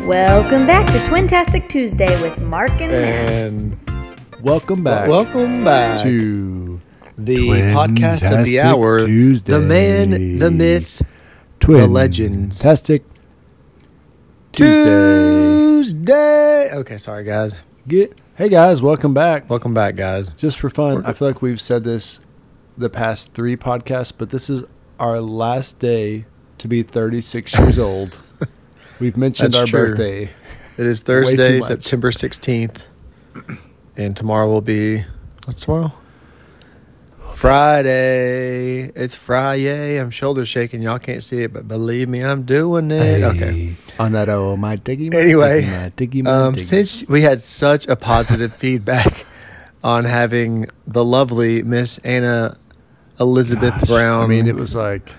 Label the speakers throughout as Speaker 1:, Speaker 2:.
Speaker 1: Welcome back to Twintastic Tuesday with Mark and Matt.
Speaker 2: And welcome back
Speaker 3: Welcome back
Speaker 2: to
Speaker 3: to the podcast of the
Speaker 2: Twintastic
Speaker 3: hour.
Speaker 2: Tuesday.
Speaker 3: The man, the myth,
Speaker 2: Twin
Speaker 3: legends.
Speaker 2: Tastic Tuesday.
Speaker 3: Tuesday. Okay, sorry guys.
Speaker 2: Get- hey guys, welcome back.
Speaker 3: Welcome back, guys.
Speaker 2: Just for fun, I feel like we've said this the past three podcasts, but this is our last day to be 36 years old. We've mentioned
Speaker 3: That's
Speaker 2: our
Speaker 3: true.
Speaker 2: birthday.
Speaker 3: It is
Speaker 2: too
Speaker 3: Thursday,
Speaker 2: much.
Speaker 3: September sixteenth, and tomorrow will be what's tomorrow? Friday. It's Friday. I'm shoulder shaking. Y'all can't see it, but believe me, I'm doing it. Okay.
Speaker 2: Hey, On that, oh, my diggy, my
Speaker 3: Anyway,
Speaker 2: diggy, my diggy, my
Speaker 3: Um,
Speaker 2: diggy.
Speaker 3: since we had such a positive feedback on having the lovely Miss Anna Elizabeth
Speaker 2: Gosh,
Speaker 3: Brown,
Speaker 2: I mean, it was like,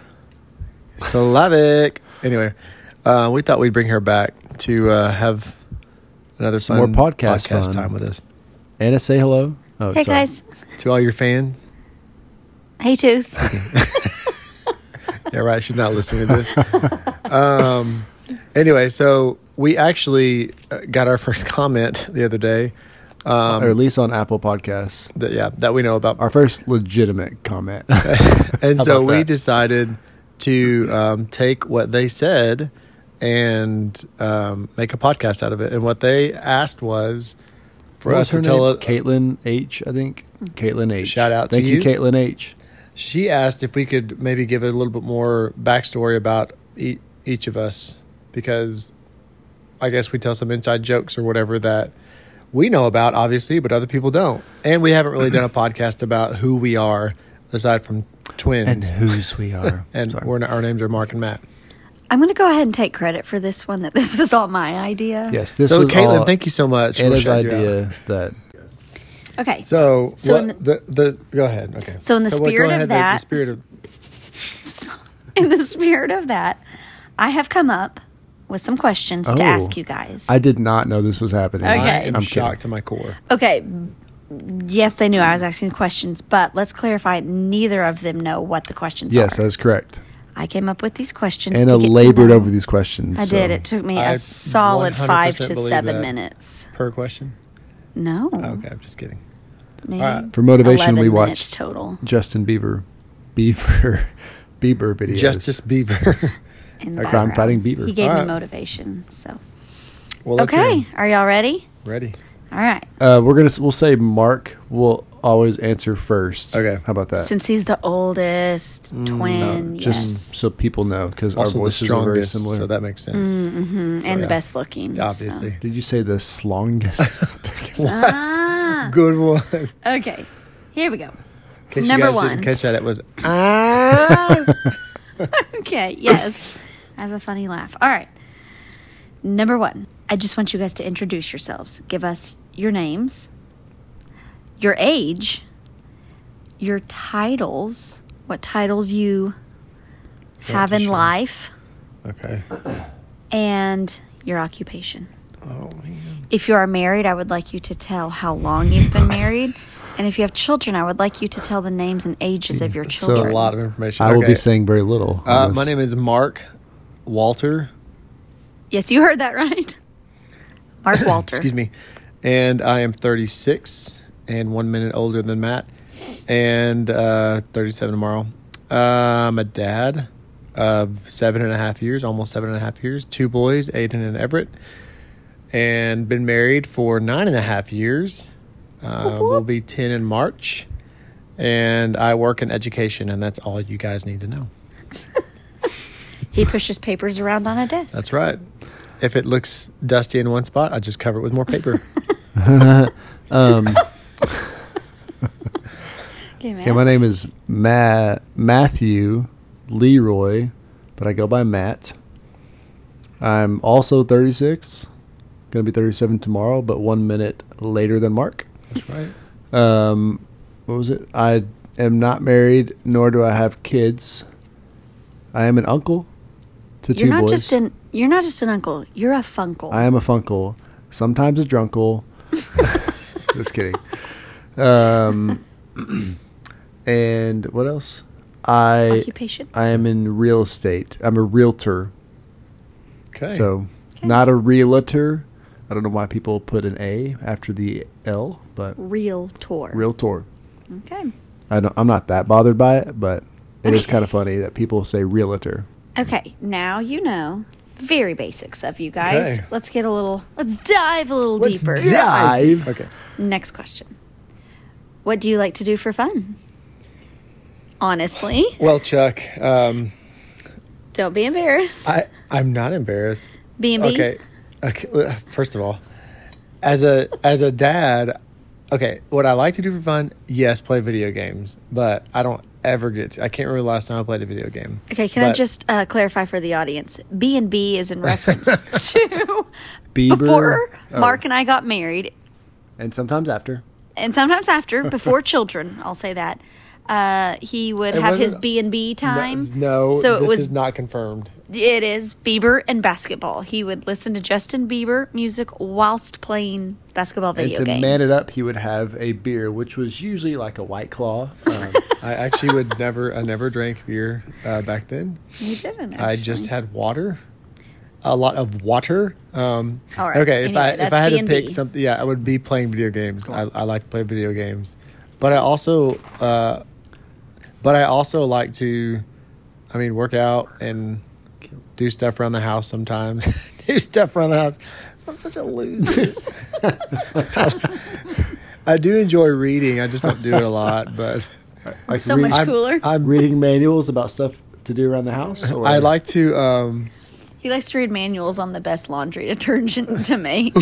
Speaker 3: Slavic. Anyway, uh, we thought we'd bring her back to uh, have another
Speaker 2: Some
Speaker 3: fun
Speaker 2: more podcast fun.
Speaker 3: time with us.
Speaker 2: Anna, say hello. Oh,
Speaker 4: Hey
Speaker 2: sorry.
Speaker 4: guys.
Speaker 3: To all your fans,
Speaker 4: Hey Tooth.
Speaker 3: yeah, right. She's not listening to this. um, anyway, so we actually uh, got our first comment the other day. Um,
Speaker 2: or at least on Apple Podcasts.
Speaker 3: that, yeah, that we know about.
Speaker 2: Our first legitimate comment.
Speaker 3: and
Speaker 2: How
Speaker 3: so
Speaker 2: about
Speaker 3: we
Speaker 2: that?
Speaker 3: decided to um, take what they said and um, make a podcast out of it. And what they asked was for
Speaker 2: What
Speaker 3: us
Speaker 2: was her
Speaker 3: to tell
Speaker 2: name?
Speaker 3: it-
Speaker 2: Caitlin H, I think. Caitlin H.
Speaker 3: Shout out to
Speaker 2: Thank you,
Speaker 3: you.
Speaker 2: Caitlin H.
Speaker 3: She asked if we could maybe give a little bit more backstory about e- each of us because I guess we tell some inside jokes or whatever that we know about, obviously, but other people don't. And we haven't really done a podcast about who we are aside from twins. And,
Speaker 2: whose we are. Sorry.
Speaker 3: we're not, our names are Mark and Matt.
Speaker 4: I'm going to go ahead and take credit for this one that this was all my idea.
Speaker 2: yes, this
Speaker 3: so,
Speaker 2: was
Speaker 3: Caitlin,
Speaker 2: all
Speaker 3: thank you so much. for
Speaker 2: Anna's
Speaker 3: shouting you out.
Speaker 2: idea that
Speaker 4: Okay. So,
Speaker 3: So,
Speaker 4: So
Speaker 3: what-
Speaker 4: in
Speaker 3: the, the, go ahead. Okay.
Speaker 4: So in the
Speaker 3: what- go
Speaker 4: spirit of
Speaker 3: ahead, the- the
Speaker 4: that-
Speaker 3: spirit of
Speaker 4: in the spirit of that, I have come up with some questions to
Speaker 2: Oh.
Speaker 4: ask you guys.
Speaker 2: I did not know this was happening.
Speaker 4: Okay.
Speaker 3: I am
Speaker 2: I'm
Speaker 3: shocked to my core.
Speaker 4: okay. Yes, they knew I was asking questions, but let's clarify neither of them know what the questions
Speaker 2: Yes,
Speaker 4: are.
Speaker 2: that is correct.
Speaker 4: I came up with these questions
Speaker 2: Anna
Speaker 4: to get to
Speaker 2: labored
Speaker 4: know-
Speaker 2: over these questions.
Speaker 4: I
Speaker 2: so-
Speaker 4: did. It took me a
Speaker 3: I
Speaker 4: solid
Speaker 3: 100%
Speaker 4: 5 to
Speaker 3: believe
Speaker 4: 7
Speaker 3: that.
Speaker 4: minutes.
Speaker 3: Per question?
Speaker 4: No.
Speaker 3: Okay, I'm just kidding.
Speaker 4: Maybe
Speaker 3: all right.
Speaker 2: For motivation,
Speaker 4: 11
Speaker 2: we
Speaker 4: minutes
Speaker 2: watched
Speaker 4: total.
Speaker 2: Justin Bieber, Bieber, Bieber videos.
Speaker 3: Justice Beaver.
Speaker 4: in the
Speaker 2: Crime
Speaker 4: background.
Speaker 2: Fighting Beaver.
Speaker 4: He gave
Speaker 3: All
Speaker 4: me
Speaker 3: right.
Speaker 4: motivation. So
Speaker 3: well, let's hear
Speaker 4: okay,
Speaker 3: 'em.
Speaker 4: are y'all ready?
Speaker 3: Ready.
Speaker 4: All right.
Speaker 2: Uh, we're gonna s- we'll say Mark will always answer first.
Speaker 3: Okay.
Speaker 2: how about that? Uh,
Speaker 4: Since he's the oldest
Speaker 3: Mm,
Speaker 4: twin,
Speaker 2: Just
Speaker 4: yes,
Speaker 2: so people know, because our
Speaker 3: Also, the
Speaker 2: voices are very
Speaker 3: strongest,
Speaker 2: similar.
Speaker 3: so that makes sense.
Speaker 4: Mm, and
Speaker 3: Oh, yeah.
Speaker 4: the best looking, so.
Speaker 3: Obviously.
Speaker 2: Did you say the slongest?
Speaker 4: Ah,
Speaker 3: Good one.
Speaker 4: okay, here we go.
Speaker 3: In case you
Speaker 4: Number
Speaker 3: guys
Speaker 4: one.
Speaker 3: Didn't catch that. It was "Ah."
Speaker 4: Okay, yes, I have a funny laugh. All right, number one. I just want you guys to introduce yourselves. Give us your names, your age, your titles, what titles you have in
Speaker 3: sure.
Speaker 4: life.
Speaker 3: okay.
Speaker 4: and your occupation.
Speaker 3: Oh man.
Speaker 4: If you are married, I would like you to tell how long you've been married. And if you have children, I would like you to tell the names and ages of your
Speaker 2: So-
Speaker 3: That's a
Speaker 4: children.
Speaker 3: lot of information.
Speaker 2: I will
Speaker 3: Okay.
Speaker 2: be saying very little. on
Speaker 3: Uh,
Speaker 2: this.
Speaker 3: my name is Mark Walter.
Speaker 4: yes, you heard that right. Mark Walter.
Speaker 3: Excuse me. And I am 36 and one minute older than Matt, and uh, 37 tomorrow. Uh, I'm a dad of seven and a half years, almost seven and a half years, two boys, Aiden and Everett, and been married for nine and a half years. Uh, we'll be 10 in March. And I work in education, and that's all you guys need to know.
Speaker 4: He pushes papers around on a desk.
Speaker 3: That's right. If it looks dusty in one spot, I just cover it with more paper.
Speaker 4: okay, man.
Speaker 2: Okay, my name is Matt Uh, Matthew Leroy, but I go by Matt. I'm also 36, gonna be 37 tomorrow, but one minute later than Mark.
Speaker 3: That's right.
Speaker 2: Um, what was it? I am not married, nor do I have kids. I am an uncle to
Speaker 4: you're
Speaker 2: two
Speaker 4: not
Speaker 2: boys.
Speaker 4: just an you're not just an uncle. You're a funkle.
Speaker 2: I am a funkle, sometimes a drunkle. Just kidding. Um, and what else? I
Speaker 4: occupation.
Speaker 2: I am in real estate. I'm a realtor.
Speaker 3: Okay.
Speaker 2: So Not a realtor. I don't know why people put an A after the L, but
Speaker 4: Real tour.
Speaker 2: realtor.
Speaker 4: Okay.
Speaker 2: I don't, I'm not that bothered by it, but it is kind of funny that people say realtor.
Speaker 4: Okay. Now you know very basics of you guys.
Speaker 3: Okay.
Speaker 4: Let's get a little. Let's dive a little deeper.
Speaker 2: Dive.
Speaker 3: Okay.
Speaker 4: Next question. What do you like to do for fun? Honestly,
Speaker 3: Well, Chuck, um,
Speaker 4: don't be embarrassed.
Speaker 3: I I'm not embarrassed.
Speaker 4: B and B.
Speaker 3: Okay. Okay. l- First of all, as a as a dad, okay, what I like to do for fun, yes, play video games, but I don't ever get. To, I can't remember the last time I played a video game.
Speaker 4: Okay, can I
Speaker 3: But-
Speaker 4: just uh, clarify for the audience? B and B is in reference to
Speaker 2: Bieber.
Speaker 4: before
Speaker 2: Oh,
Speaker 4: Mark and I got married,
Speaker 2: and sometimes after.
Speaker 4: and sometimes after, before children. I'll say that uh, he would
Speaker 3: It
Speaker 4: have his
Speaker 3: wasn't-
Speaker 4: B and B time.
Speaker 3: No,
Speaker 4: so it
Speaker 3: this
Speaker 4: was
Speaker 3: is not confirmed.
Speaker 4: it is Bieber and basketball. He would listen to Justin Bieber music whilst playing basketball
Speaker 2: And
Speaker 4: video
Speaker 2: to
Speaker 4: games.
Speaker 2: man it up, he would have a beer, which was usually like a White Claw. Um,
Speaker 3: I actually would never. I never drank beer uh, back then.
Speaker 4: He didn't.
Speaker 3: I just had water. A lot of water. Um,
Speaker 4: All right.
Speaker 3: Okay,
Speaker 4: Anyway,
Speaker 3: if I if
Speaker 4: that's
Speaker 3: I had to
Speaker 4: B&B.
Speaker 3: pick something, yeah, I would be playing video games. I, I like to play video games, but I also, uh, but I also like to, I mean, work out and do stuff around the house sometimes. do stuff around the house. I'm such a loser. I do enjoy reading. I just don't do it a lot, but
Speaker 2: like
Speaker 4: so
Speaker 2: read-
Speaker 4: much
Speaker 2: I'm-
Speaker 4: cooler.
Speaker 2: I'm reading manuals about stuff to do around the house. Or
Speaker 3: I like to. Um,
Speaker 4: he likes to read manuals on the best laundry detergent to make.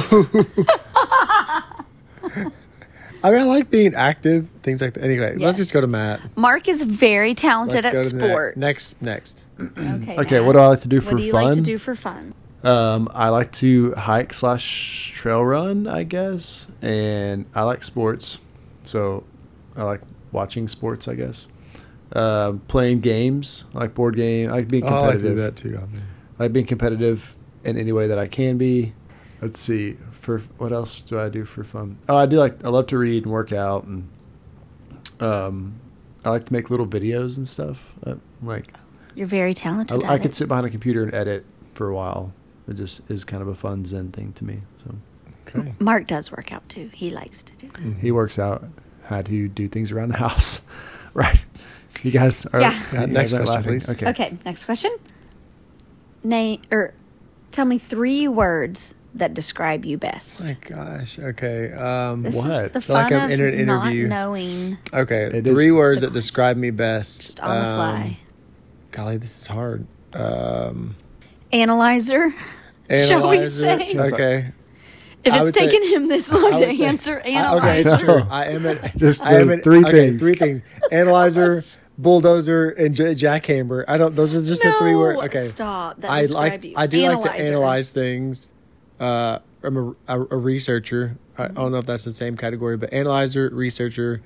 Speaker 3: I mean, I like being active, things like that. Anyway, let's
Speaker 4: Yes.
Speaker 3: just go to Matt.
Speaker 4: Mark is very talented
Speaker 3: Let's
Speaker 4: at
Speaker 3: go to the
Speaker 4: sports.
Speaker 3: Next, next.
Speaker 4: Okay.
Speaker 2: Okay,
Speaker 4: Matt.
Speaker 2: what do I like to do for
Speaker 4: What do you like to
Speaker 2: fun?
Speaker 4: do for fun?
Speaker 2: Um, I like to hike slash trail run, I guess, and I like sports, so I like watching sports, I guess. Um, playing games, I like board game, I like being
Speaker 3: Oh, I like
Speaker 2: competitive.
Speaker 3: to do that too.
Speaker 2: I like being competitive in any way that I can be. Let's see. For what else do I do for fun? Oh, I do like I love to read and work out, and um, I like to make little videos and stuff. Uh, like
Speaker 4: You're very talented.
Speaker 2: I, I
Speaker 4: at
Speaker 2: could
Speaker 4: it.
Speaker 2: sit behind a computer and edit for a while. It just is kind of a fun zen thing to me. So
Speaker 3: Okay.
Speaker 4: Mark does work out too. He likes to do. That.
Speaker 2: he works out how to do things around the house, right? You guys are
Speaker 4: Yeah.
Speaker 2: you
Speaker 3: Uh, next
Speaker 2: guys aren't
Speaker 3: question, please.
Speaker 2: Okay.
Speaker 4: Okay. Next question. Name or tell me three words that describe you best.
Speaker 3: My gosh. Okay. Um,
Speaker 4: this is
Speaker 2: what?
Speaker 4: the
Speaker 2: I
Speaker 3: feel like
Speaker 4: fun of
Speaker 3: I'm in an
Speaker 4: not
Speaker 3: interview.
Speaker 4: knowing
Speaker 3: okay.
Speaker 2: It
Speaker 3: three
Speaker 2: is-
Speaker 3: words that describe me best.
Speaker 4: just on the
Speaker 3: Um,
Speaker 4: fly.
Speaker 3: Golly, this is hard. Um,
Speaker 4: Analyzer. Shall we
Speaker 3: analyzer.
Speaker 4: say?
Speaker 2: That's-
Speaker 3: Okay.
Speaker 4: If
Speaker 3: I
Speaker 4: it's
Speaker 3: would say-
Speaker 4: taking him this long to
Speaker 3: I would say-
Speaker 4: answer,
Speaker 3: I- okay,
Speaker 4: analyzer.
Speaker 3: it's true.
Speaker 2: No.
Speaker 3: I am an,
Speaker 2: Just
Speaker 3: I am
Speaker 2: the
Speaker 3: an-
Speaker 2: three
Speaker 3: okay,
Speaker 2: things.
Speaker 3: Three things. Analyzer, bulldozer, and j- jackhammer. I don't. Those are just the three
Speaker 4: No,
Speaker 3: words. Okay.
Speaker 4: stop. That
Speaker 3: I
Speaker 4: describe
Speaker 3: like.
Speaker 4: you.
Speaker 3: I do like to
Speaker 4: Analyzer.
Speaker 3: analyze things. Uh, I'm a, a, a researcher. I, I don't know if that's the same category, but analyzer, researcher,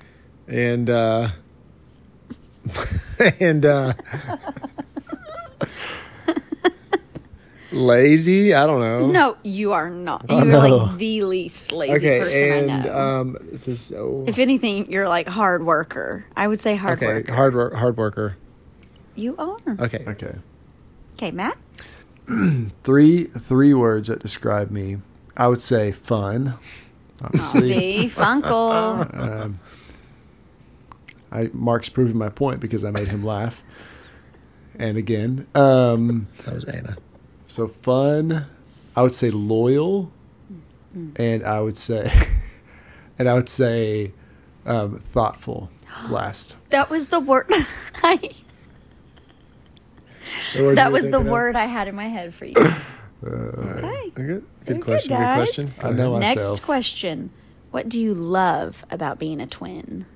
Speaker 3: and uh, and uh, lazy. I don't know.
Speaker 4: No, you are not. You
Speaker 2: Oh,
Speaker 4: are
Speaker 2: no.
Speaker 4: like the least lazy person
Speaker 3: Okay,
Speaker 4: I
Speaker 3: and
Speaker 4: know.
Speaker 3: um, this is so.
Speaker 4: if anything, you're like hard worker. I would say hard
Speaker 3: okay,
Speaker 4: worker.
Speaker 3: hard work, hard worker.
Speaker 4: You are.
Speaker 3: Okay.
Speaker 2: Okay.
Speaker 4: Okay, Matt.
Speaker 2: Three three words that describe me. I would say fun. Obviously, Um,
Speaker 4: The Funkle.
Speaker 2: I Mark's proving my point because I made him laugh. And again, um,
Speaker 3: That was Anna.
Speaker 2: So fun. I would say loyal, and I would say, and I would say, um, thoughtful. Last.
Speaker 4: That was the word. I, that was the word I had in my head for you. okay.
Speaker 3: Good,
Speaker 4: Very good,
Speaker 3: question. Good,
Speaker 4: guys.
Speaker 3: question.
Speaker 2: I know
Speaker 4: Next
Speaker 2: myself.
Speaker 4: question. What do you love about being a twin?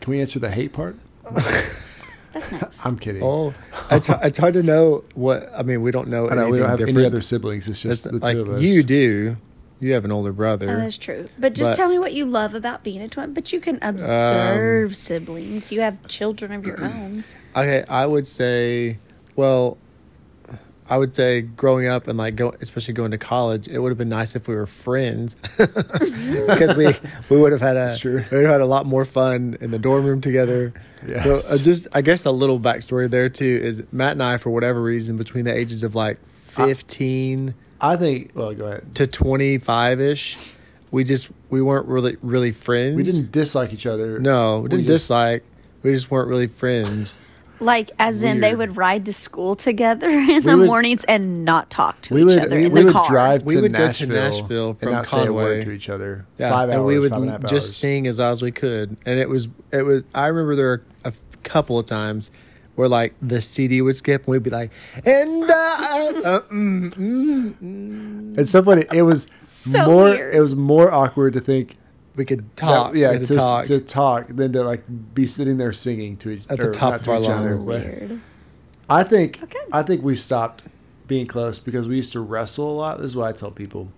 Speaker 2: Can we answer the hate part?
Speaker 4: That's next.
Speaker 2: I'm kidding.
Speaker 3: Oh, it's, h- it's hard to know what. I mean, we don't know.
Speaker 2: I know we don't have
Speaker 3: anything
Speaker 2: any
Speaker 3: different.
Speaker 2: other siblings. It's just
Speaker 3: It's
Speaker 2: the two
Speaker 3: like
Speaker 2: of us.
Speaker 3: you do. You have an older brother.
Speaker 4: Oh, that's true. But just
Speaker 3: But-
Speaker 4: tell me what you love about being a twin. But you can observe siblings. You have children of your own.
Speaker 3: Okay, I would say, well, I would say growing up and like go, especially going to college, it would have been nice if we were friends because we we would have had a
Speaker 2: That's true.
Speaker 3: we would have had a lot more fun in the dorm room together.
Speaker 2: Yes.
Speaker 3: So uh, just I guess a little backstory there too is Matt and I for whatever reason between the ages of like fifteen
Speaker 2: I think. Well, go ahead.
Speaker 3: to twenty five ish, we just we weren't really really friends.
Speaker 2: We didn't dislike each other.
Speaker 3: no we didn't
Speaker 2: just-
Speaker 3: dislike. We just weren't really friends.
Speaker 4: Like, as in they
Speaker 2: Weird.
Speaker 4: would ride to school together in the
Speaker 2: would-
Speaker 4: mornings and not talk to
Speaker 2: We
Speaker 4: each
Speaker 2: would
Speaker 4: other
Speaker 2: we,
Speaker 4: in
Speaker 2: we
Speaker 4: the
Speaker 2: would
Speaker 4: car.
Speaker 2: drive
Speaker 3: We
Speaker 2: to,
Speaker 3: would go to
Speaker 2: Nashville
Speaker 3: Nashville
Speaker 2: and
Speaker 3: from
Speaker 2: not say a
Speaker 3: Conway.
Speaker 2: word to each other.
Speaker 3: Yeah,
Speaker 2: Five hours,
Speaker 3: and we would
Speaker 2: five and a half
Speaker 3: just
Speaker 2: hours.
Speaker 3: sing as loud as we could, and it was it was. I remember there were a couple of times where like the CD would skip, and we'd be like, "And I, uh,
Speaker 2: mm, It's so funny. It was
Speaker 4: So
Speaker 2: more.
Speaker 4: weird.
Speaker 2: It was more awkward to think.
Speaker 3: we could
Speaker 2: that-
Speaker 3: talk,
Speaker 2: yeah,
Speaker 3: we
Speaker 2: to,
Speaker 3: could talk."
Speaker 2: to talk than to like be sitting there singing to each
Speaker 3: At the
Speaker 2: or
Speaker 3: top
Speaker 2: not
Speaker 3: of
Speaker 2: to
Speaker 3: our
Speaker 2: each other,
Speaker 3: lungs.
Speaker 2: but-
Speaker 4: Weird.
Speaker 2: I think
Speaker 4: Okay.
Speaker 2: I think we stopped being close because we used to wrestle a lot. This is what I tell people.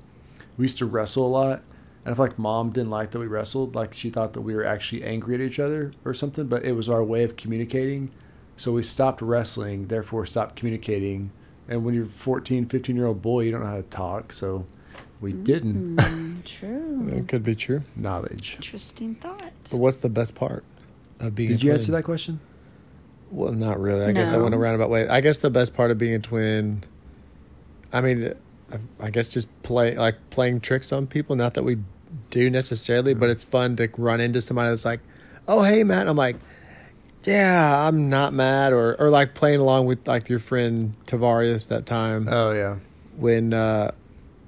Speaker 2: We used to wrestle a lot. And if like mom didn't like that we wrestled, like she thought that we were actually angry at each other or something, but it was our way of communicating. So we stopped wrestling, therefore stopped communicating. And when you're a 14, 15 year old boy, you don't know how to talk. So we
Speaker 4: Mm-hmm.
Speaker 2: didn't.
Speaker 4: True.
Speaker 3: it could be true.
Speaker 2: Knowledge.
Speaker 4: Interesting thought.
Speaker 3: But what's the best part of being?
Speaker 2: Did
Speaker 3: a
Speaker 2: you
Speaker 3: twin?
Speaker 2: answer that question?
Speaker 3: Well, not really. I guess I
Speaker 4: No.
Speaker 3: went a roundabout way. I guess the best part of being a twin, I mean, I, I guess just play like playing tricks on people. Not that we do necessarily, but it's fun to run into somebody that's like, "Oh, hey, Matt." I'm like, "Yeah, I'm not mad," or or like playing along with like your friend Tavarius that time
Speaker 2: Oh, yeah.
Speaker 3: when uh,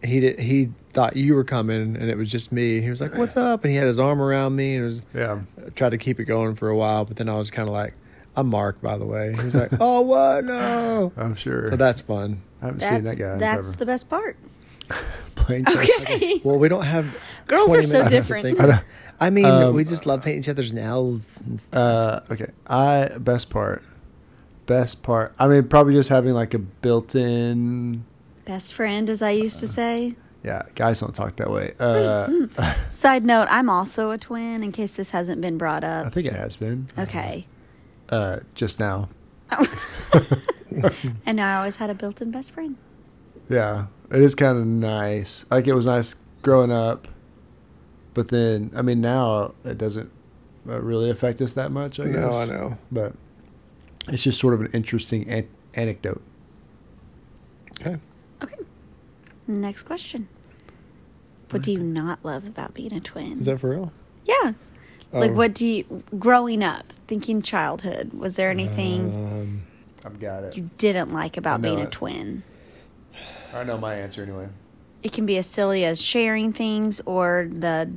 Speaker 3: he did he thought you were coming and it was just me. He was like, "What's up?" and he had his arm around me and it was
Speaker 2: Yeah.
Speaker 3: tried to keep it going for a while, but then I was kind of like, I'm Mark, by the way. He was like, oh, what? No.
Speaker 2: I'm sure.
Speaker 3: So that's fun.
Speaker 2: I haven't
Speaker 4: That's,
Speaker 2: seen that guy.
Speaker 4: that's the best part.
Speaker 2: the playing. tricks.
Speaker 4: Okay.
Speaker 3: Well, we don't have.
Speaker 4: Girls
Speaker 3: 20
Speaker 4: are so
Speaker 3: minutes to
Speaker 4: different.
Speaker 3: think. I, Um, mean, we just love painting each other's nails. and stuff.
Speaker 2: Uh, okay. I best part, best part. I mean, probably just having like a built-in.
Speaker 4: Best friend, as I used to say.
Speaker 2: Yeah, guys don't talk that way. Uh,
Speaker 4: Side note, I'm also a twin, in case this hasn't been brought
Speaker 2: I
Speaker 4: up.
Speaker 2: think it has been
Speaker 4: Okay.
Speaker 2: uh, just now.
Speaker 4: And I always had a built in best friend.
Speaker 2: Yeah, it is kind of nice. Like it was nice growing up, but then I mean now it doesn't uh, really affect us that much. I guess.
Speaker 3: No, I know.
Speaker 2: But it's just sort of an interesting an- anecdote.
Speaker 3: Okay.
Speaker 4: Okay. Next question. What do you not love about being a twin?
Speaker 3: Is that for real?
Speaker 4: yeah. Like,
Speaker 3: Oh.
Speaker 4: what do you, growing up, thinking childhood, was there anything
Speaker 2: Uh,
Speaker 3: Um,
Speaker 2: I've got it.
Speaker 4: you didn't like about
Speaker 2: know
Speaker 4: being a
Speaker 2: it.
Speaker 4: twin?
Speaker 2: I know my answer anyway.
Speaker 4: It can be as silly as sharing things or the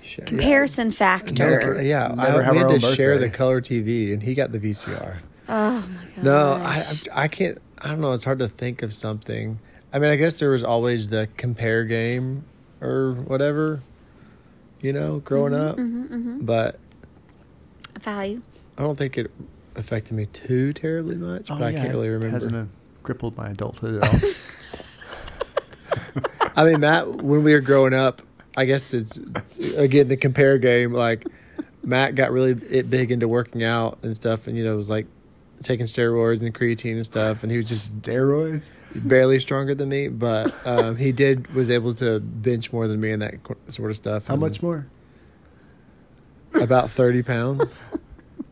Speaker 3: shit.
Speaker 4: comparison
Speaker 3: Yeah,
Speaker 4: factor.
Speaker 3: Never- yeah
Speaker 2: Never
Speaker 3: I,
Speaker 2: have
Speaker 3: we
Speaker 2: our
Speaker 3: had to
Speaker 2: own
Speaker 3: share the
Speaker 2: birthday.
Speaker 3: color TV, and he got the VCR.
Speaker 4: Oh, my God.
Speaker 3: No, I, I I can't. I don't know. It's hard to think of something. I mean, I guess there was always the compare game or whatever, you know, growing up. But
Speaker 4: Value.
Speaker 3: I don't think it affected me too terribly much. but I can't really remember.
Speaker 2: Oh, Hasn't uh, crippled my adulthood at all.
Speaker 3: I mean, Matt, when we were growing up, I guess it's again the compare game. Like Matt got really it big into working out and stuff, and you know, was like taking steroids and creatine and stuff, and he was just
Speaker 2: steroids.
Speaker 3: barely stronger than me, but um, he did was able to bench more than me and that qu- sort of stuff.
Speaker 2: How
Speaker 3: and
Speaker 2: much more?
Speaker 3: About thirty pounds.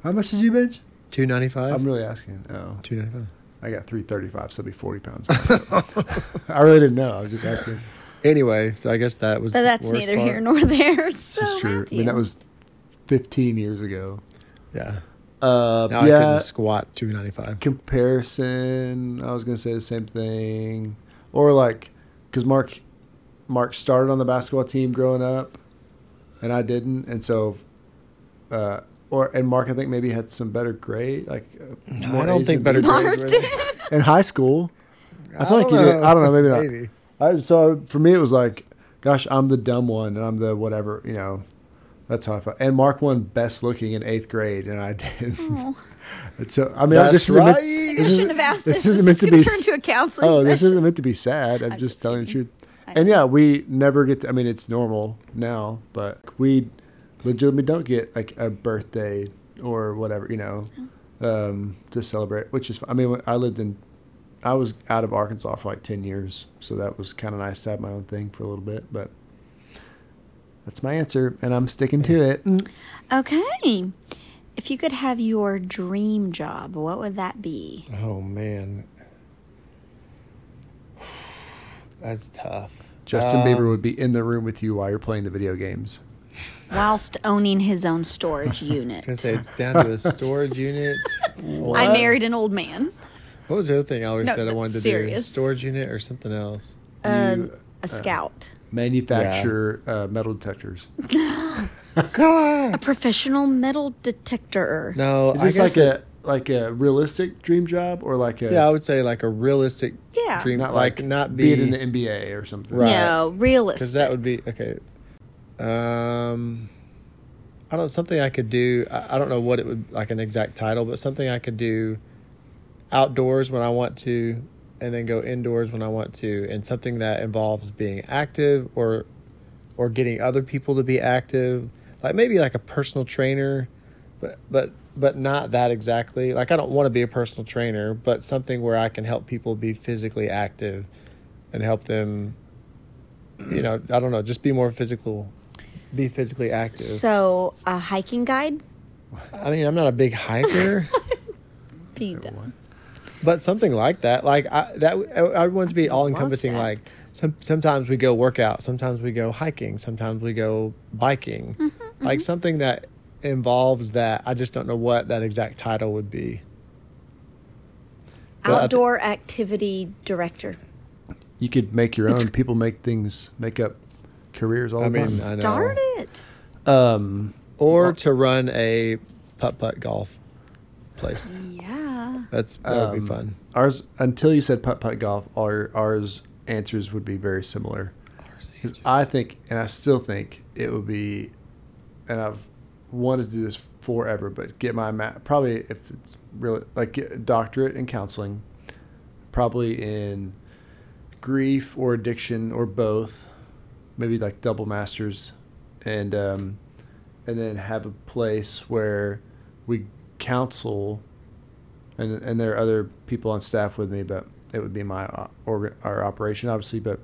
Speaker 2: How much did you bench?
Speaker 3: Two ninety five.
Speaker 2: I'm really asking. Oh,
Speaker 3: Two ninety five.
Speaker 2: I got 335, so it'd be 40 pounds. I really didn't know. I was just asking.
Speaker 3: Anyway, so I guess that was.
Speaker 4: But
Speaker 3: the
Speaker 4: that's
Speaker 3: worst
Speaker 4: neither
Speaker 3: part.
Speaker 4: here nor there.
Speaker 2: This
Speaker 4: So
Speaker 2: is true. I mean, that
Speaker 4: Matthew.
Speaker 2: was 15 years ago.
Speaker 3: Yeah.
Speaker 2: Uh,
Speaker 3: Now I
Speaker 2: yeah.
Speaker 3: couldn't squat two ninety five.
Speaker 2: comparison. I was gonna say the same thing, or like, because Mark, Mark started on the basketball team growing up, and I didn't, and so, uh, or and Mark I think maybe had some better grade, like uh, more
Speaker 3: I don't
Speaker 2: A's
Speaker 3: think
Speaker 2: than
Speaker 3: better
Speaker 2: B's
Speaker 4: Mark
Speaker 3: grades. Really?
Speaker 4: did.
Speaker 2: in high school. I feel like you did. I don't know. Maybe not. I, so for me, it was like, gosh, I'm the dumb one, and I'm the whatever. You know, that's how I felt. And Mark won best looking in eighth grade, and I did.
Speaker 4: Oh.
Speaker 2: so I mean,
Speaker 3: That's
Speaker 2: this isn't meant-
Speaker 4: I
Speaker 3: right.
Speaker 2: This
Speaker 4: shouldn't
Speaker 2: isn't,
Speaker 4: have asked
Speaker 2: this
Speaker 4: this.
Speaker 2: isn't meant
Speaker 4: this
Speaker 2: to
Speaker 4: could
Speaker 2: be.
Speaker 4: turn to a counseling
Speaker 2: Oh, this
Speaker 4: session.
Speaker 2: isn't meant to be sad. I'm,
Speaker 4: I'm
Speaker 2: just,
Speaker 4: just
Speaker 2: telling the truth.
Speaker 4: I
Speaker 2: And
Speaker 4: know.
Speaker 2: yeah, we never get to. I mean, it's normal now, but we legitimately don't get like a birthday or whatever, you know, um, to celebrate, which is. fi- I mean, when I lived in, I was out of Arkansas for like ten years, so that was kind of nice to have my own thing for a little bit. But that's my answer, and I'm sticking to it.
Speaker 4: Okay. If you could have your dream job, what would that be?
Speaker 3: Oh man, that's tough.
Speaker 2: Justin
Speaker 3: Um,
Speaker 2: Bieber would be in the room with you while you're playing the video games.
Speaker 4: Whilst owning his own storage
Speaker 3: I was gonna
Speaker 4: unit.
Speaker 3: say it's down to a storage unit.
Speaker 4: I
Speaker 3: What?
Speaker 4: married an old man.
Speaker 3: What was the other thing I always
Speaker 4: No,
Speaker 3: said I
Speaker 4: that's
Speaker 3: wanted to do?
Speaker 4: serious.
Speaker 3: Storage unit or something else.
Speaker 4: Um,
Speaker 3: uh,
Speaker 4: a scout.
Speaker 2: Manufacture uh, metal detectors.
Speaker 4: A professional metal detector.
Speaker 3: No,
Speaker 2: Is
Speaker 3: I
Speaker 2: this like
Speaker 3: guess it-
Speaker 2: a like a realistic dream job or like a
Speaker 3: yeah? I would say like a realistic
Speaker 4: Yeah.
Speaker 3: dream,
Speaker 2: not
Speaker 3: like,
Speaker 2: like,
Speaker 3: not
Speaker 2: be
Speaker 3: be
Speaker 2: it in the NBA or something?
Speaker 3: Right.
Speaker 4: No,
Speaker 3: because
Speaker 4: realistic.
Speaker 3: that would be okay. Um, I don't something I could do. I, I don't know what it would like an exact title, but something I could do outdoors when I want to, and then go indoors when I want to, and something that involves being active or or getting other people to be active, like maybe like a personal trainer, but but but not that exactly. Like I don't want to be a personal trainer, but something where I can help people be physically active and help them you know, I don't know, just be more physical, be physically active.
Speaker 4: so, a hiking guide?
Speaker 3: I mean, I'm not a big hiker,
Speaker 4: Be
Speaker 3: but something like that. Like I, that, I, I would want to be all encompassing.
Speaker 4: that.
Speaker 3: Like some, sometimes we go work out, sometimes we go hiking, sometimes we go biking, like something that involves that. I just don't know what that exact title would be. But I thi-
Speaker 4: Outdoor activity director.
Speaker 2: You could make your own. People make things, make up careers all
Speaker 3: I
Speaker 2: the
Speaker 3: mean,
Speaker 2: time.
Speaker 3: I know.
Speaker 4: Start it.
Speaker 2: Um,
Speaker 3: or to run a putt putt golf place.
Speaker 4: Yeah.
Speaker 3: That's that would be
Speaker 2: Um,
Speaker 3: fun.
Speaker 2: Ours until you said putt putt golf, our ours answers would be very similar. Because I think, and I still think it would be, and I've wanted to do this forever, but get my ma- probably if it's really like get a doctorate in counseling, probably in grief or addiction or both, maybe like double masters, and um, and then have a place where we counsel and and there are other people on staff with me, but it would be my o- org- our operation, obviously. But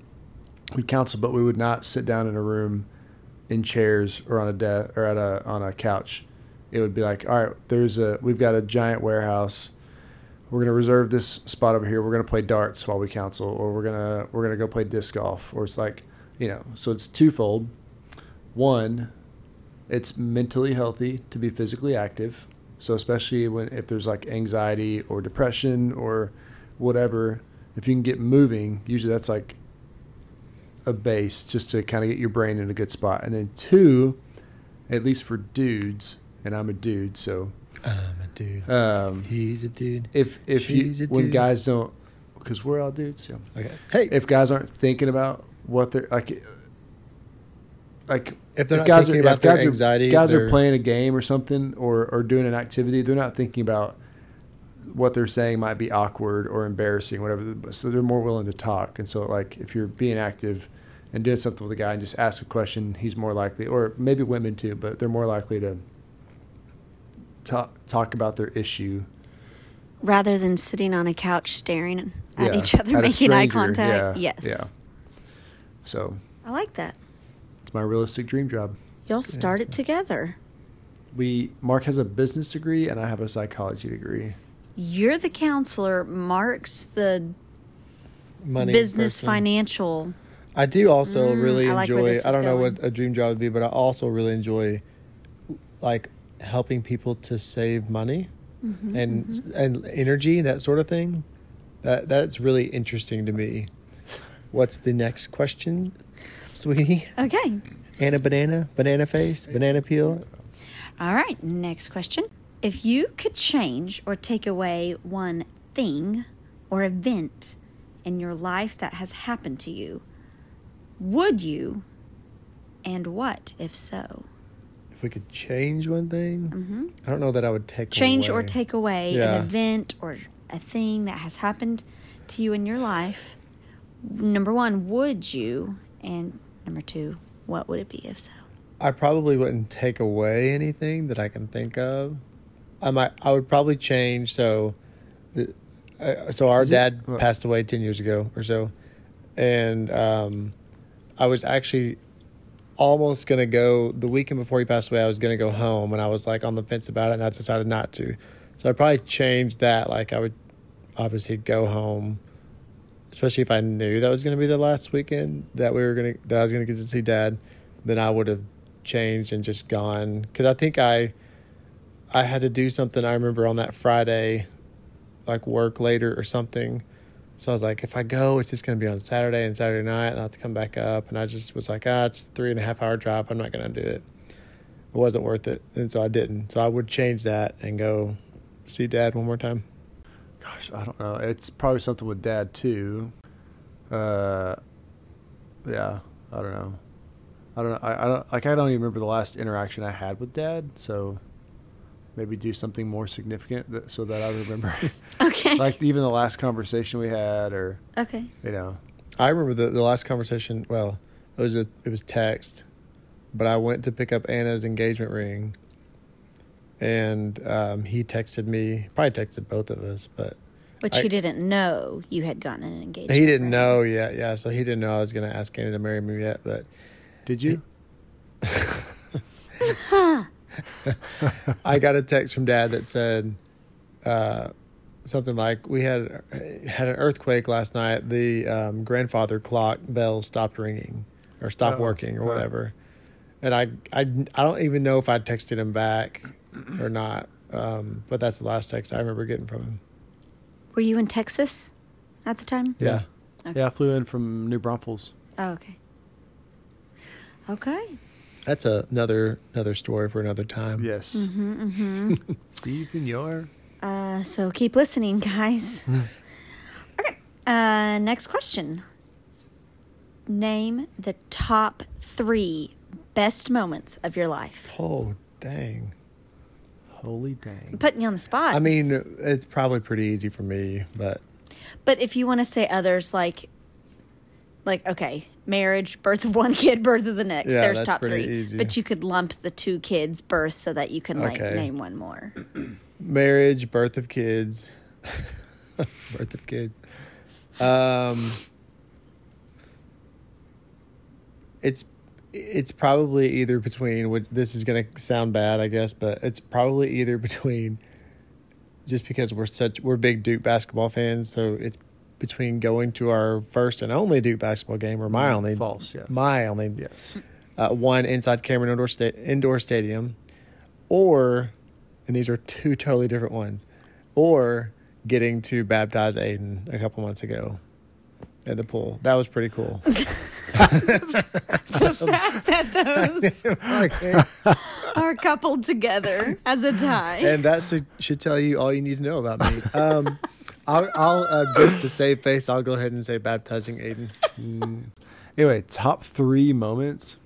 Speaker 2: we'd counsel, but we would not sit down in a room in chairs or on a de- or at a on a couch. It would be like, all right, there's a we've got a giant warehouse. We're gonna reserve this spot over here. We're gonna play darts while we counsel, or we're gonna we're gonna go play disc golf, or it's like, you know, so it's twofold. One, it's mentally healthy to be physically active. So especially when if there's like anxiety or depression or whatever, if you can get moving, usually that's like a base just to kind of get your brain in a good spot. And then two, at least for dudes, and I'm a dude, so
Speaker 3: I'm a dude.
Speaker 2: um,
Speaker 3: He's a dude.
Speaker 2: if if you
Speaker 3: She's a
Speaker 2: when
Speaker 3: dude.
Speaker 2: guys don't because we're all dudes, yeah
Speaker 3: Okay. Hey,
Speaker 2: if guys aren't thinking about what they're like, like
Speaker 3: If they're not thinking about their anxiety,
Speaker 2: guys are
Speaker 3: their-
Speaker 2: playing a game or something, or or doing an activity, they're not thinking about what they're saying might be awkward or embarrassing, whatever. the- So they're more willing to talk. And so, like, if you're being active and doing something with a guy and just ask a question, he's more likely, or maybe women too, but they're more likely to talk talk about their issue
Speaker 4: Rather than sitting on a couch staring at
Speaker 2: Yeah,
Speaker 4: each other,
Speaker 2: at a
Speaker 4: making eye
Speaker 2: stranger,
Speaker 4: contact.
Speaker 2: yeah,
Speaker 4: Yes.
Speaker 2: Yeah. So
Speaker 4: I like that.
Speaker 2: it's my realistic dream job.
Speaker 4: Y'all start it together.
Speaker 2: We Mark has a business degree and I have a psychology degree.
Speaker 4: You're the counselor. Mark's the
Speaker 3: money
Speaker 4: business
Speaker 3: person.
Speaker 4: financial.
Speaker 3: I do also really
Speaker 4: Mm, I like where
Speaker 3: enjoy.
Speaker 4: this
Speaker 3: I
Speaker 4: is
Speaker 3: don't know
Speaker 4: going.
Speaker 3: what a dream job would be, but I also really enjoy like helping people to save money
Speaker 4: Mm-hmm,
Speaker 3: and and energy that sort of thing. That that's really interesting to me. What's the next question, sweetie?
Speaker 4: Okay.
Speaker 3: And a banana, banana face, banana peel.
Speaker 4: All right. Next question. If you could change or take away one thing or event in your life that has happened to you, would you? And what if so?
Speaker 3: If we could change one thing, I don't know that I would take
Speaker 4: Mm-hmm. Change or
Speaker 3: away.
Speaker 4: take away
Speaker 3: Yeah.
Speaker 4: an event or a thing that has happened to you in your life. Number one, would you? And number two, what would it be if so?
Speaker 3: I probably wouldn't take away anything that I can think of. I might. I would probably change. So, the- uh, so our
Speaker 2: it-
Speaker 3: dad
Speaker 2: uh,
Speaker 3: passed away ten years ago or so, and um, I was actually almost gonna go the weekend before he passed away. I was gonna go home, and I was like on the fence about it, and I decided not to. So I probably changed that. Like I would obviously go home, especially if I knew that was gonna be the last weekend that we were gonna that I was gonna get to see Dad. Then I would have changed and just gone because I think I I had to do something. I remember on that Friday, like work later or something. So I was like, if I go, it's just going to be on Saturday and Saturday night, and I have to come back up. And I just was like, ah, it's three and a half hour drive. I'm not going to do it. It wasn't worth it, and so I didn't. So I would change that and go see Dad one more time.
Speaker 2: Gosh, I don't know. It's probably something with dad too. Uh, yeah, I don't know. I don't. I, I don't like. I don't even remember the last interaction I had with dad. So maybe do something more significant that, so that I remember.
Speaker 4: Okay.
Speaker 2: like even the last conversation we had, or
Speaker 4: okay.
Speaker 2: you know,
Speaker 3: I remember the, the last conversation. Well, it was a, it was text, but I went to pick up Anna's engagement ring, and um, he texted me. Probably texted both of us, but
Speaker 4: Which
Speaker 3: I-
Speaker 4: he didn't know you had gotten an engagement.
Speaker 3: he didn't
Speaker 4: ring.
Speaker 3: know yet. Yeah, so he didn't know I was going to ask Anna to marry me yet. But
Speaker 2: did you?
Speaker 3: I got a text from dad that said uh, something like, "We had had an earthquake last night. The um, grandfather clock bell stopped ringing, or stopped
Speaker 2: Oh,
Speaker 3: working, or
Speaker 2: huh.
Speaker 3: whatever." And I, I, I don't even know if I texted him back or not. Um, but that's the last text I remember getting from him.
Speaker 4: Were you in Texas at the time?
Speaker 3: Yeah.
Speaker 2: Yeah, I flew in from New Braunfels.
Speaker 4: Oh, okay. Okay.
Speaker 3: That's a, another another story for another time.
Speaker 2: Yes.
Speaker 4: Mm-hmm.
Speaker 2: Senor.
Speaker 4: Uh, so keep listening, guys. okay. Uh, next question. Name the top three best moments of your life.
Speaker 3: Oh dang.
Speaker 2: Holy dang.
Speaker 4: Putting you on the spot.
Speaker 3: I mean, it's probably pretty easy for me, but
Speaker 4: But if you want to say others, like, like okay, marriage, birth of one kid, birth of the next.
Speaker 3: Yeah,
Speaker 4: there's
Speaker 3: that's
Speaker 4: top three.
Speaker 3: pretty easy.
Speaker 4: But you could lump the two kids' births so that you can like
Speaker 3: Okay.
Speaker 4: name one more.
Speaker 3: marriage, birth of kids, birth of kids. Um, it's it's probably either between which this is gonna sound bad, I guess, but it's probably either between just because we're such we're big Duke basketball fans, so it's between going to our first and only Duke basketball game or
Speaker 2: Mm,
Speaker 3: my only
Speaker 2: False, yes.
Speaker 3: my only
Speaker 2: Yes.
Speaker 3: uh, one inside Cameron Indoor, sta- indoor Stadium, or, and these are two totally different ones, or getting to baptize Aiden a couple months ago at the pool. That was pretty cool.
Speaker 4: the fact that those are coupled together as a tie.
Speaker 3: and that should, should tell you all you need to know about me. Um, I'll, I'll uh, just to save face, I'll go ahead and say baptizing Aiden.
Speaker 2: Anyway, top three moments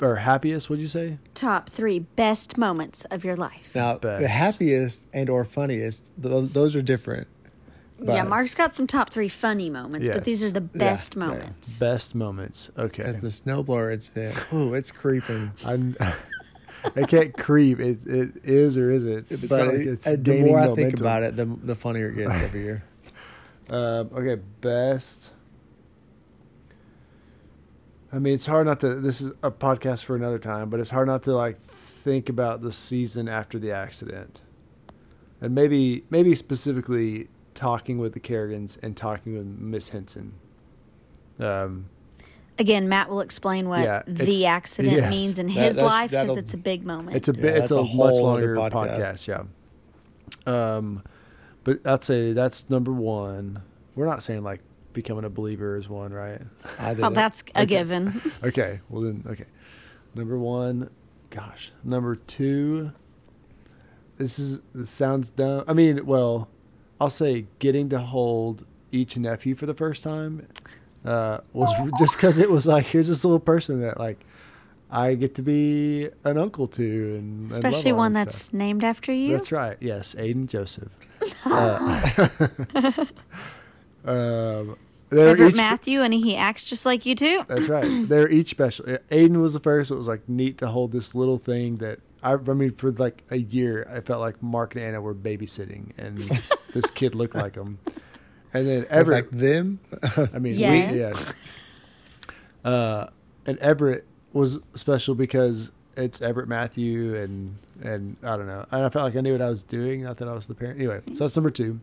Speaker 2: or happiest? Would you say?
Speaker 4: Top three best moments of your life.
Speaker 3: Now, the
Speaker 2: Best.
Speaker 3: happiest and or funniest, th- those are different.
Speaker 4: yeah,
Speaker 3: But-
Speaker 4: Mark's got some top three funny moments, but these
Speaker 2: Yes.
Speaker 4: are the best
Speaker 3: yeah.
Speaker 4: moments.
Speaker 2: Best moments. Okay.
Speaker 3: As the snowblower incident, ooh, it's creeping.
Speaker 2: I'm. I can't creep. It's, it is or is it? It's
Speaker 3: But
Speaker 2: not like
Speaker 3: it-
Speaker 2: it's
Speaker 3: uh, the
Speaker 2: gaining
Speaker 3: more I
Speaker 2: momentum.
Speaker 3: think about it, the, the funnier it gets every year.
Speaker 2: Um, okay, best. I mean, it's hard not to. This is a podcast for another time, but it's hard not to like think about the season after the accident, and maybe maybe specifically talking with the Kerrigans and talking with Miss Henson. Um,
Speaker 4: Again, Matt will explain what
Speaker 2: Yeah, it's-
Speaker 4: the accident
Speaker 2: yes.
Speaker 4: means in
Speaker 3: That-
Speaker 4: his
Speaker 3: that's-
Speaker 4: life because
Speaker 3: that'll-
Speaker 4: it's a big moment.
Speaker 2: it's a
Speaker 3: Yeah,
Speaker 2: bit.
Speaker 3: that's
Speaker 2: It's a,
Speaker 3: a
Speaker 2: much
Speaker 3: whole
Speaker 2: longer
Speaker 3: other podcast.
Speaker 2: podcast. Yeah. Um, but I'd say that's number one. We're not saying like becoming a believer is one, right?
Speaker 3: I did
Speaker 4: well,
Speaker 3: it.
Speaker 4: Oh, that's a given.
Speaker 2: okay. Well then, okay. Number one, gosh. Number two. This is this sounds dumb. I mean, well, I'll say getting to hold each nephew for the first time uh, was
Speaker 4: Oh.
Speaker 2: just because it was like here's this little person that like I get to be an uncle to, and and love
Speaker 4: Especially
Speaker 2: on
Speaker 4: one
Speaker 2: and
Speaker 4: that's
Speaker 2: stuff.
Speaker 4: named after you.
Speaker 2: That's right. Yes, Aiden Joseph. Uh, um, they're
Speaker 4: Favorite
Speaker 2: each-
Speaker 4: Matthew, and he acts just like you too.
Speaker 2: that's right. They're each special. Aiden was the first. So it was like neat to hold this little thing that I, I mean, for like a year, I felt like Mark and Anna were babysitting, and this kid looked like him. And then
Speaker 3: With,
Speaker 2: Everett,
Speaker 3: like them.
Speaker 2: I mean,
Speaker 4: Yeah.
Speaker 2: we, yes. Uh, and Everett was special because it's Everett Matthew and and I don't know. And I felt like I knew what I was doing, not that I was the parent. Anyway, so that's number two.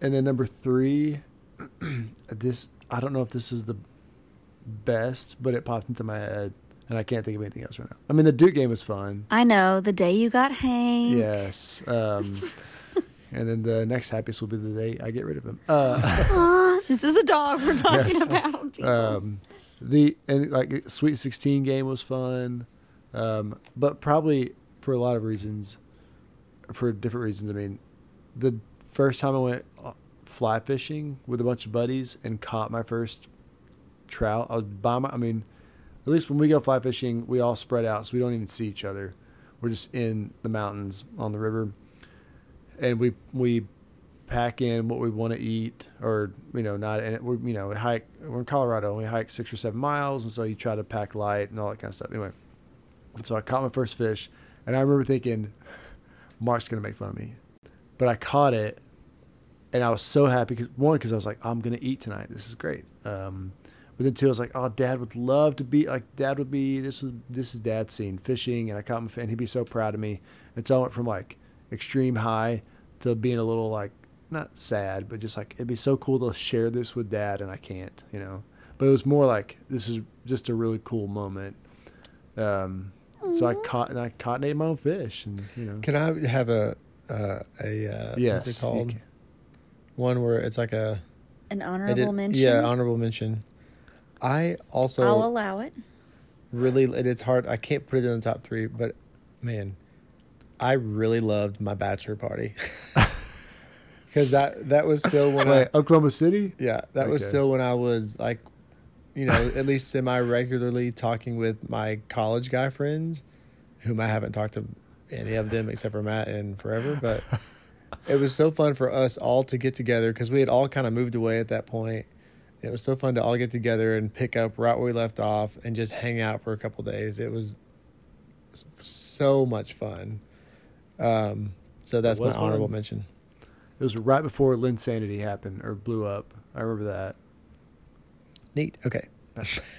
Speaker 2: And then number three, this I don't know if this is the best, but it popped into my head, and I can't think of anything else right now. I mean, the Duke game was fun.
Speaker 4: I know the day you got Hank.
Speaker 2: Yes. Um, and then the next happiest will be the day I get rid of him. Uh,
Speaker 4: This is a dog we're talking
Speaker 2: Yes.
Speaker 4: about. people.
Speaker 2: um, the and like Sweet Sixteen game was fun, um, but probably for a lot of reasons, for different reasons. I mean, the first time I went uh, fly fishing with a bunch of buddies and caught my first trout, I was by my. I mean, at least when we go fly fishing, we all spread out, so we don't even see each other. We're just in the mountains on the river, and we we pack in what we want to eat or you know not and we're you know we hike we're in colorado and we hike six or seven miles and so you try to pack light and all that kind of stuff anyway and so i caught my first fish and i remember thinking mark's gonna make fun of me but i caught it and i was so happy because one because i was like i'm gonna eat tonight this is great um but then two i was like oh dad would love to be like dad would be this was this is dad's scene fishing and i caught him and he'd be so proud of me and so i went from like extreme high to being a little like not sad, but just like it'd be so cool to share this with dad, and I can't, you know. But it was more like this is just a really cool moment. Um, so I caught and I caught and ate my own fish, and you know,
Speaker 3: Can I have a uh, a uh, what's
Speaker 2: yes,
Speaker 3: it
Speaker 2: you
Speaker 3: called
Speaker 2: can-
Speaker 3: one where it's like a
Speaker 4: An
Speaker 3: I
Speaker 4: honorable
Speaker 3: did-
Speaker 4: mention.
Speaker 3: Yeah, honorable mention. I also
Speaker 4: I'll allow it.
Speaker 3: really and it's hard. I can't put it in the top three, but man, I really loved my bachelor party because that that was still when I
Speaker 2: Wait, Oklahoma City.
Speaker 3: yeah that was
Speaker 2: Okay.
Speaker 3: still when I was like you know at least semi regularly talking with my college guy friends, whom I haven't talked to any of them except for Matt in forever, but. It was so fun for us all to get together because we had all kind of moved away at that point. It was so fun to all get together and pick up right where we left off and just hang out for a couple days. It was so much fun. Um, so that's my
Speaker 2: was fun.
Speaker 3: honorable mention.
Speaker 2: It was right before Lynn Sanity happened or blew up. I remember that.
Speaker 3: Neat. Okay.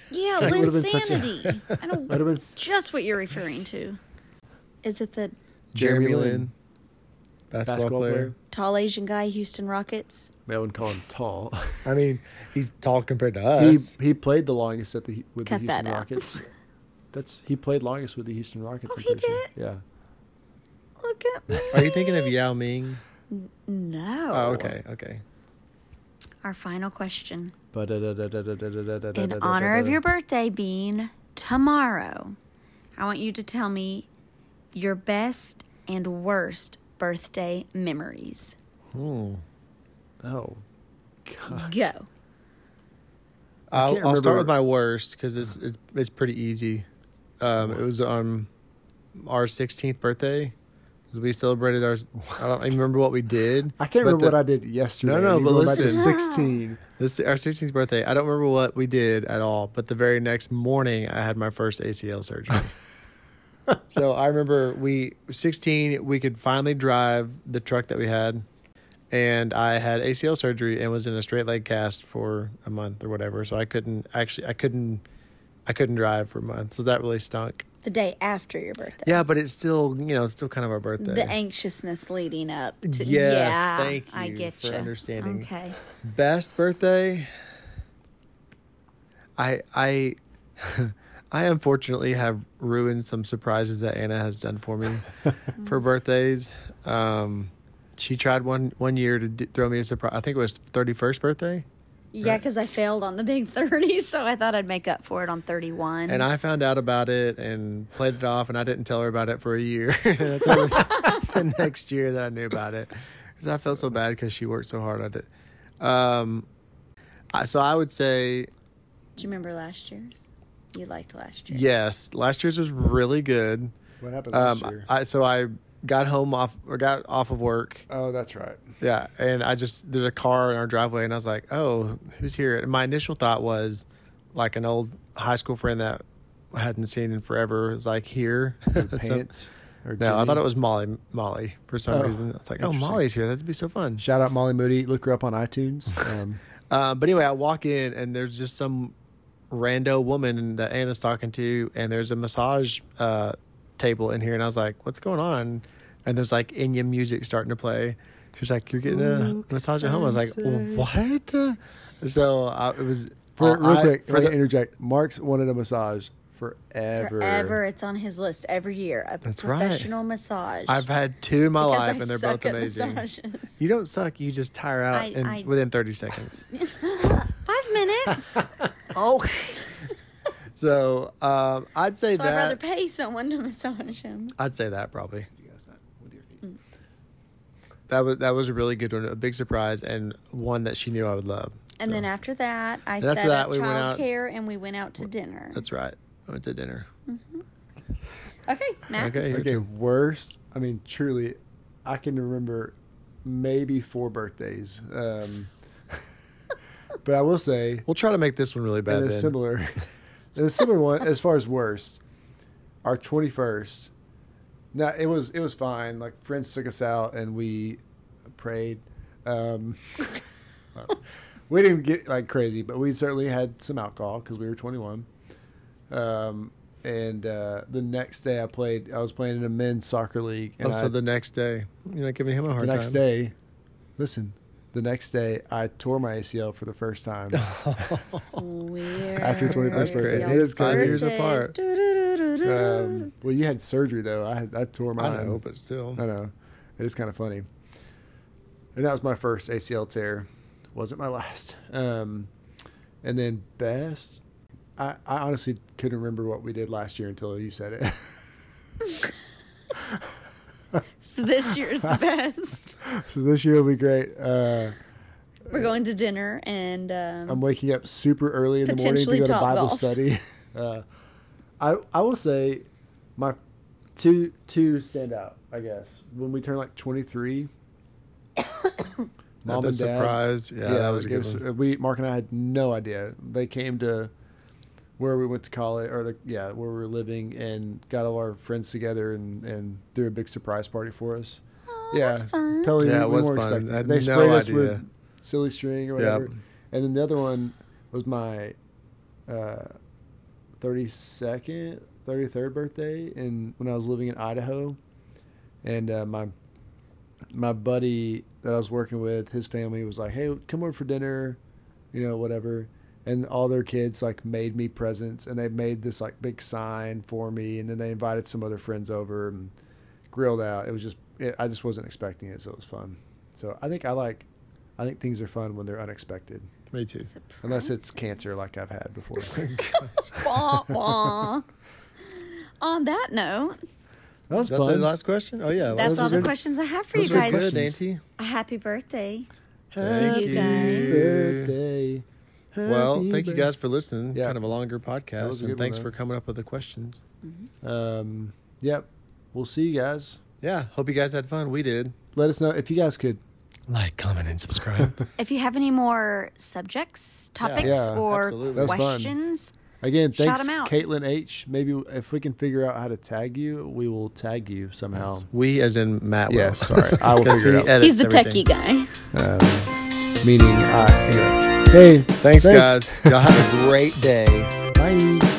Speaker 4: Yeah,
Speaker 2: That would've been such a-
Speaker 4: insanity. I don't.
Speaker 2: Might have been s-
Speaker 4: Just what you're referring to. Is it the
Speaker 2: Jeremy Lin.
Speaker 3: basketball,
Speaker 2: basketball
Speaker 3: player.
Speaker 2: player.
Speaker 4: tall Asian guy, Houston Rockets?
Speaker 2: I wouldn't call him tall.
Speaker 3: I mean, he's tall compared to
Speaker 2: he
Speaker 3: us.
Speaker 2: he played the longest at the with
Speaker 4: Cut
Speaker 2: the
Speaker 4: that
Speaker 2: Houston
Speaker 4: out.
Speaker 2: Rockets. That's he played longest with the Houston Rockets.
Speaker 4: Oh,
Speaker 2: I'm
Speaker 4: he
Speaker 2: pretty sure.
Speaker 4: did?
Speaker 2: Yeah.
Speaker 4: Look at me.
Speaker 3: Are you thinking of Yao Ming?
Speaker 4: No.
Speaker 3: Oh, okay. Okay.
Speaker 4: Our final question. In
Speaker 2: In
Speaker 4: honor of your birthday being tomorrow, I want you to tell me your best and worst birthday memories.
Speaker 2: Oh,
Speaker 4: Go.
Speaker 2: God. can't
Speaker 3: I'll, I'll start
Speaker 2: remember-
Speaker 3: with my worst because it's, it's it's pretty easy. Um, it was on our 16th birthday. We celebrated our. I don't even remember what we did.
Speaker 2: I can't
Speaker 3: but
Speaker 2: remember
Speaker 3: the-
Speaker 2: what I did yesterday.
Speaker 3: No, no,
Speaker 2: You're
Speaker 3: but
Speaker 2: going back to
Speaker 3: listen.
Speaker 2: sixteen.
Speaker 3: This our 16th birthday. I don't remember what we did at all, but the very next morning I had my first ACL surgery. so I remember we 16 we could finally drive the truck that we had and I had ACL surgery and was in a straight leg cast for a month or whatever. So I couldn't actually I couldn't I couldn't drive for a month. So that really stunk.
Speaker 4: The day after your birthday.
Speaker 3: Yeah, but it's still, you know, it's still kind of our birthday.
Speaker 4: The anxiousness leading up to
Speaker 3: Yes,
Speaker 4: yeah,
Speaker 3: thank
Speaker 4: I
Speaker 3: you
Speaker 4: get
Speaker 3: for
Speaker 4: ya.
Speaker 3: understanding.
Speaker 4: Okay.
Speaker 3: best birthday i i i unfortunately have ruined some surprises that anna has done for me for birthdays um she tried one one year to d- throw me a surprise i think it was 31st birthday
Speaker 4: Yeah, because I failed on the big 30, so I thought I'd make up for it on 31.
Speaker 3: and i found out about it and played it off and i didn't tell her about it for a year And I told her the next year that i knew about it because i felt so bad because she worked so hard at it um I, so i would say
Speaker 4: Do you remember last year's? You liked last year.
Speaker 3: Yes, last year's was really good.
Speaker 2: What happened
Speaker 3: Um,
Speaker 2: last year?
Speaker 3: I, so I got home off or got off of work.
Speaker 2: oh, that's right.
Speaker 3: Yeah, and I just there's a car in our driveway, and I was like, "Oh, who's here?" And my initial thought was like an old high school friend that I hadn't seen in forever is like here. So-
Speaker 2: Pants. or
Speaker 3: no, I
Speaker 2: Jimmy.
Speaker 3: thought it was Molly. Molly for some
Speaker 2: Oh,
Speaker 3: reason. I was like, "Oh,
Speaker 2: interesting.
Speaker 3: Molly's here. That'd be so fun."
Speaker 2: Shout out Molly Moody. Look her up on iTunes. Um,
Speaker 3: Uh, Um, but anyway, I walk in and there's just some rando woman that Anna's talking to, and there's a massage uh, table in here, and I was like, "What's going on?" And there's like Inya music starting to play. She was like, "You're getting a uh, massage at home." I was like, "What?" So I, it was
Speaker 2: For, real
Speaker 3: I-
Speaker 2: quick,
Speaker 3: for
Speaker 2: for the
Speaker 3: the,
Speaker 2: interject, Mark's wanted a massage forever.
Speaker 4: Forever, it's on his list every year. A
Speaker 3: That's right.
Speaker 4: professional massage.
Speaker 3: I've had two in my
Speaker 4: Because I
Speaker 3: life, and they're
Speaker 4: suck
Speaker 3: both
Speaker 4: at
Speaker 3: amazing.
Speaker 4: massages.
Speaker 3: You don't suck; you just tire out
Speaker 4: I-
Speaker 3: in,
Speaker 4: I-
Speaker 3: within thirty seconds.
Speaker 4: Five minutes. so
Speaker 3: oh. so um, I'd say
Speaker 4: I'd rather
Speaker 3: that.
Speaker 4: pay someone to massage him.
Speaker 3: I'd say that probably.
Speaker 2: You guys not with your feet.
Speaker 3: That was that was a really good one, a big surprise, and one that she knew I would love.
Speaker 4: And then after that, I
Speaker 3: after
Speaker 4: set
Speaker 3: that,
Speaker 4: up
Speaker 3: we went out-
Speaker 4: childcare and we went out to dinner.
Speaker 3: That's right. I went to dinner.
Speaker 4: okay, Matt.
Speaker 3: Okay. your
Speaker 2: Okay,
Speaker 3: turn.
Speaker 2: worst. I mean, truly, I can remember maybe four birthdays. Um, but I will say,
Speaker 3: We'll try to make this one really bad.
Speaker 2: and a
Speaker 3: then.
Speaker 2: similar, and a similar one as far as worst. Our twenty first. Now it was it was fine. Like friends took us out and we prayed. Um, we didn't get like crazy, but we certainly had some alcohol because we were twenty one. Um, and uh, the next day I played. I was playing in a men's soccer league. And
Speaker 3: Oh, so
Speaker 2: I-
Speaker 3: the next day, you're not giving him a hard
Speaker 2: the next
Speaker 3: time.
Speaker 2: day, listen. The next day, I tore my ACL for the first time.
Speaker 4: Weird.
Speaker 2: After 21st birthday.
Speaker 3: That's
Speaker 2: It is
Speaker 3: five
Speaker 2: crazy.
Speaker 3: years apart.
Speaker 2: Um, well, you had surgery though. I had, I tore mine.
Speaker 3: I know, but still,
Speaker 2: I know. It is kind of funny. And that was my first ACL tear. Wasn't my last. Um, and then best, I, I honestly couldn't remember what we did last year until you said it.
Speaker 4: So this year's the best.
Speaker 2: so this year will be great. Uh,
Speaker 4: We're going to dinner and um,
Speaker 2: I'm waking up super early in the morning to
Speaker 4: Potentially
Speaker 2: go to
Speaker 4: Top
Speaker 2: Bible
Speaker 4: Golf.
Speaker 2: study. Uh, I I will say my two two stand out. I guess when we turn like 23,
Speaker 3: Not the surprise. Yeah, that was a
Speaker 2: it
Speaker 3: good
Speaker 2: was-
Speaker 3: one.
Speaker 2: we Mark and I had no idea. They came to where we went to college, or the yeah, where we were living, and got all our friends together and and threw a big surprise party for us.
Speaker 4: oh,
Speaker 2: yeah,
Speaker 4: that's fun.
Speaker 2: totally.
Speaker 3: Yeah, it
Speaker 2: we
Speaker 3: was
Speaker 2: weren't
Speaker 3: fun.
Speaker 2: expecting
Speaker 3: I had
Speaker 2: it. They
Speaker 3: no
Speaker 2: sprayed us
Speaker 3: idea.
Speaker 2: with silly string or whatever,
Speaker 3: Yep.
Speaker 2: and then the other one was my uh, thirty second, thirty third birthday, and when I was living in Idaho, and uh, my my buddy that I was working with, his family was like, "Hey, come over for dinner," you know, whatever. And all their kids like made me presents, and they made this like big sign for me, and then they invited some other friends over and grilled out. It was just, it, I just wasn't expecting it, so it was fun. So I think I like, I think things are fun when they're unexpected,
Speaker 3: me too.
Speaker 2: unless it's cancer like I've had before.
Speaker 4: Wah, wah. On that note,
Speaker 2: That was
Speaker 3: Is that
Speaker 2: fun.
Speaker 3: the last question? Oh yeah,
Speaker 4: that's
Speaker 2: Those
Speaker 4: all
Speaker 2: were
Speaker 4: the
Speaker 2: good-
Speaker 4: questions I have for
Speaker 3: Those
Speaker 4: you
Speaker 3: were
Speaker 4: guys.
Speaker 3: good, Auntie.
Speaker 4: A happy birthday.
Speaker 3: Thank
Speaker 4: you guys.
Speaker 2: birthday.
Speaker 3: Well,
Speaker 2: Happy
Speaker 3: thank you
Speaker 2: birthday.
Speaker 3: guys for listening.
Speaker 2: Yeah.
Speaker 3: Kind of a longer
Speaker 2: That was
Speaker 3: podcast,
Speaker 2: a
Speaker 3: and
Speaker 2: good one,
Speaker 3: thanks
Speaker 2: though.
Speaker 3: for coming up with the questions.
Speaker 2: Um, yep. We'll see you guys.
Speaker 3: Yeah, hope you guys had fun. We did.
Speaker 2: Let us know if you guys could.
Speaker 3: Like, comment, and subscribe.
Speaker 4: If you have any more subjects, topics,
Speaker 2: Yeah,
Speaker 4: or
Speaker 3: absolutely.
Speaker 2: That was fun.
Speaker 4: questions,
Speaker 2: Again,
Speaker 4: Shout
Speaker 2: thanks,
Speaker 4: 'em out.
Speaker 2: Caitlin H. Maybe if we can figure out how to tag you, we will tag you somehow.
Speaker 3: we, as in Matt. will.
Speaker 2: Yeah, sorry. I will
Speaker 3: 'Cause
Speaker 2: figure it
Speaker 3: he
Speaker 2: out.
Speaker 3: edits
Speaker 4: he's the
Speaker 3: everything.
Speaker 4: techie guy.
Speaker 2: Uh, Meaning, I. anyway. Hey,
Speaker 3: Thanks, guys. Y'all have a great day.
Speaker 2: Bye.